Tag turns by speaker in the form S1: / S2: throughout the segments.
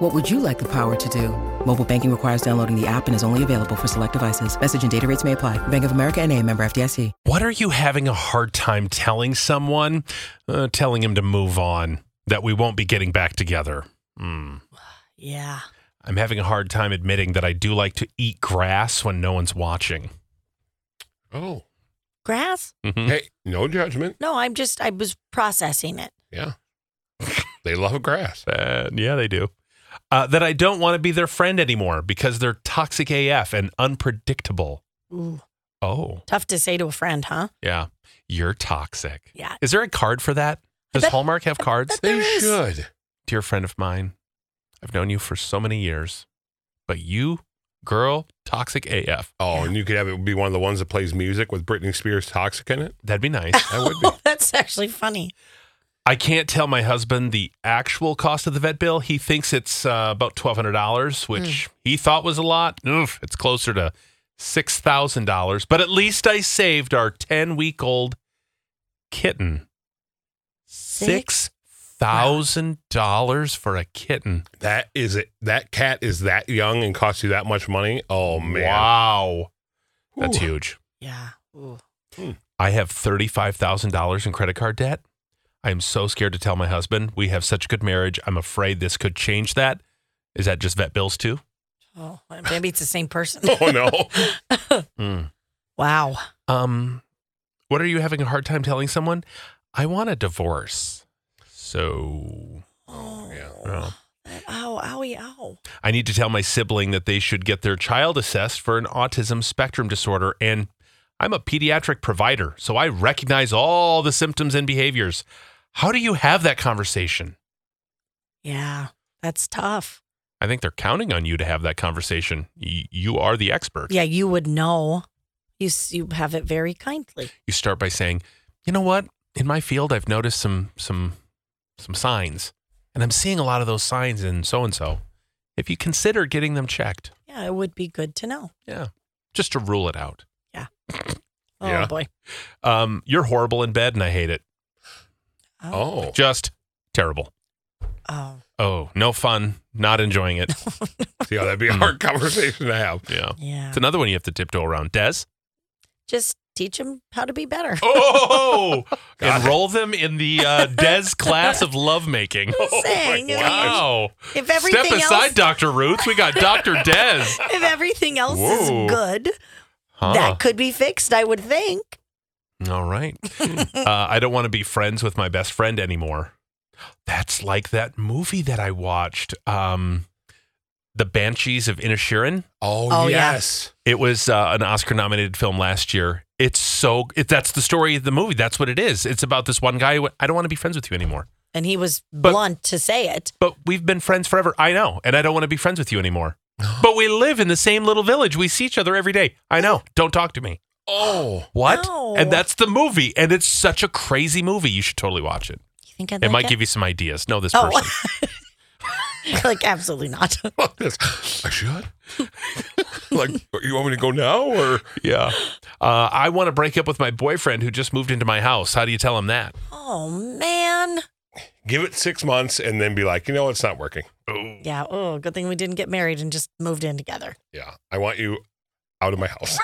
S1: What would you like the power to do? Mobile banking requires downloading the app and is only available for select devices. Message and data rates may apply. Bank of America and a member FDIC.
S2: What are you having a hard time telling someone? Uh, telling him to move on, that we won't be getting back together. Hmm.
S3: Yeah.
S2: I'm having a hard time admitting that I do like to eat grass when no one's watching.
S4: Oh,
S3: Grass?
S2: Mhm.
S4: hey, no judgment.
S3: No, I'm just, I was processing it.
S4: Yeah. they love grass.
S2: Uh, yeah, they do. Uh, that I don't want to be their friend anymore because they're toxic AF and unpredictable.
S3: Ooh,
S2: Oh,
S3: tough to say to a friend, huh?
S2: yeah. You're toxic.
S3: Yeah.
S2: Is there a card for that? Does
S3: bet-
S2: Hallmark have cards?
S3: bet
S4: They
S3: There is.
S4: should.
S2: dear friend of mine. I've known you for so many years, but you, girl, toxic AF.
S4: Oh, and you could have it be one of the ones that plays music with Britney Spears Toxic in it.
S2: That'd be nice.
S4: That would be.
S3: Oh, That's actually funny.
S2: I can't tell my husband the actual cost of the vet bill. He thinks it's uh, about twelve hundred dollars, which he thought was a lot. Oof, it's closer to six thousand dollars. But at least I saved our ten-week-old kitten. Six thousand dollars for a kitten.
S4: That is it. That cat is that young and costs you that much money. Oh man.
S2: Wow, that's
S4: Whew.
S2: huge.
S3: Yeah. Ooh.
S2: I have $35,000 in credit card debt. I am so scared to tell my husband. We have such a good marriage. I'm afraid this could change that. Is that just vet bills too?
S3: Oh, maybe it's the same person.
S4: Oh no.
S3: wow.
S2: Um, what are you having a hard time telling someone? I want a divorce. So
S3: Oh,
S2: oh.
S3: ow, owie, ow.
S2: I need to tell my sibling that they should get their child assessed for an autism spectrum disorder. And I'm a pediatric provider, so I recognize all the symptoms and behaviors. How do you have that conversation?
S3: Yeah, that's tough.
S2: I think they're counting on you to have that conversation. Y- you are the expert.
S3: Yeah, you would know. You s- you have it very kindly.
S2: You start by saying, "You know what? In my field, I've noticed some some some signs, and I'm seeing a lot of those signs in so and so. If you consider getting them checked,
S3: Yeah, it would be good to know.
S2: yeah, just to rule it out.
S3: Oh
S4: Yeah.
S3: boy.
S2: Um, you're horrible in bed, and I hate it.
S4: Oh.
S2: Just terrible.
S3: Oh,
S2: Oh, no fun. Not enjoying it.
S4: Yeah, that'd be a
S3: Mm.
S4: hard conversation to have.
S2: yeah."
S3: yeah.
S2: It's another one you have to tiptoe around. Des?
S3: Just teach them how to be better.
S2: Oh!
S4: Got it.
S2: enroll them in the uh, Des class of lovemaking.
S3: Just saying,
S4: Oh, my
S3: I mean,
S2: Wow.
S3: if everything
S2: Step aside,
S3: else,
S2: Dr. Roots. We got Dr. Dez.
S3: if everything else
S2: Whoa.
S3: is good,
S2: Huh.
S3: that could be fixed. I would think.
S2: All right. uh, I don't want to be friends with my best friend anymore. That's like that movie that I watched, um, The Banshees of Inisherin.
S4: Oh,
S3: Oh, yeah.
S4: yes.
S2: It was uh, an Oscar-nominated film last year. It's so it, that's the story of the movie. That's what it is. It's about this one guy. who went, I don't want to be friends with you anymore.
S3: And he was
S2: But-
S3: blunt to say it.
S2: But we've been friends forever. I know, and I don't want to be friends with you anymore. But we live in the same little village. We see each other every day. I know. Don't talk to me.
S4: Oh.
S2: What?
S3: No.
S2: And that's the movie. And it's such a crazy movie. You should totally watch it.
S3: You think I'd
S2: It
S3: like
S2: might give you some ideas. Know this
S3: Oh.
S2: person.
S3: like absolutely not.
S4: Fuck this. I should. like, you want me to go now or?
S2: yeah. Uh, I want to break up with my boyfriend who just moved into my house. How do you tell him that?
S3: Oh man.
S4: Give it six months and then be like, you know, it's not working.
S3: Yeah. Oh, good thing we didn't get married and just moved in together.
S4: Yeah. I want you out of my house.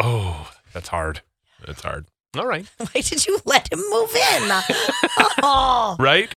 S2: Oh, that's hard. That's hard. All right.
S3: Why did you let him move in? oh.
S2: Right?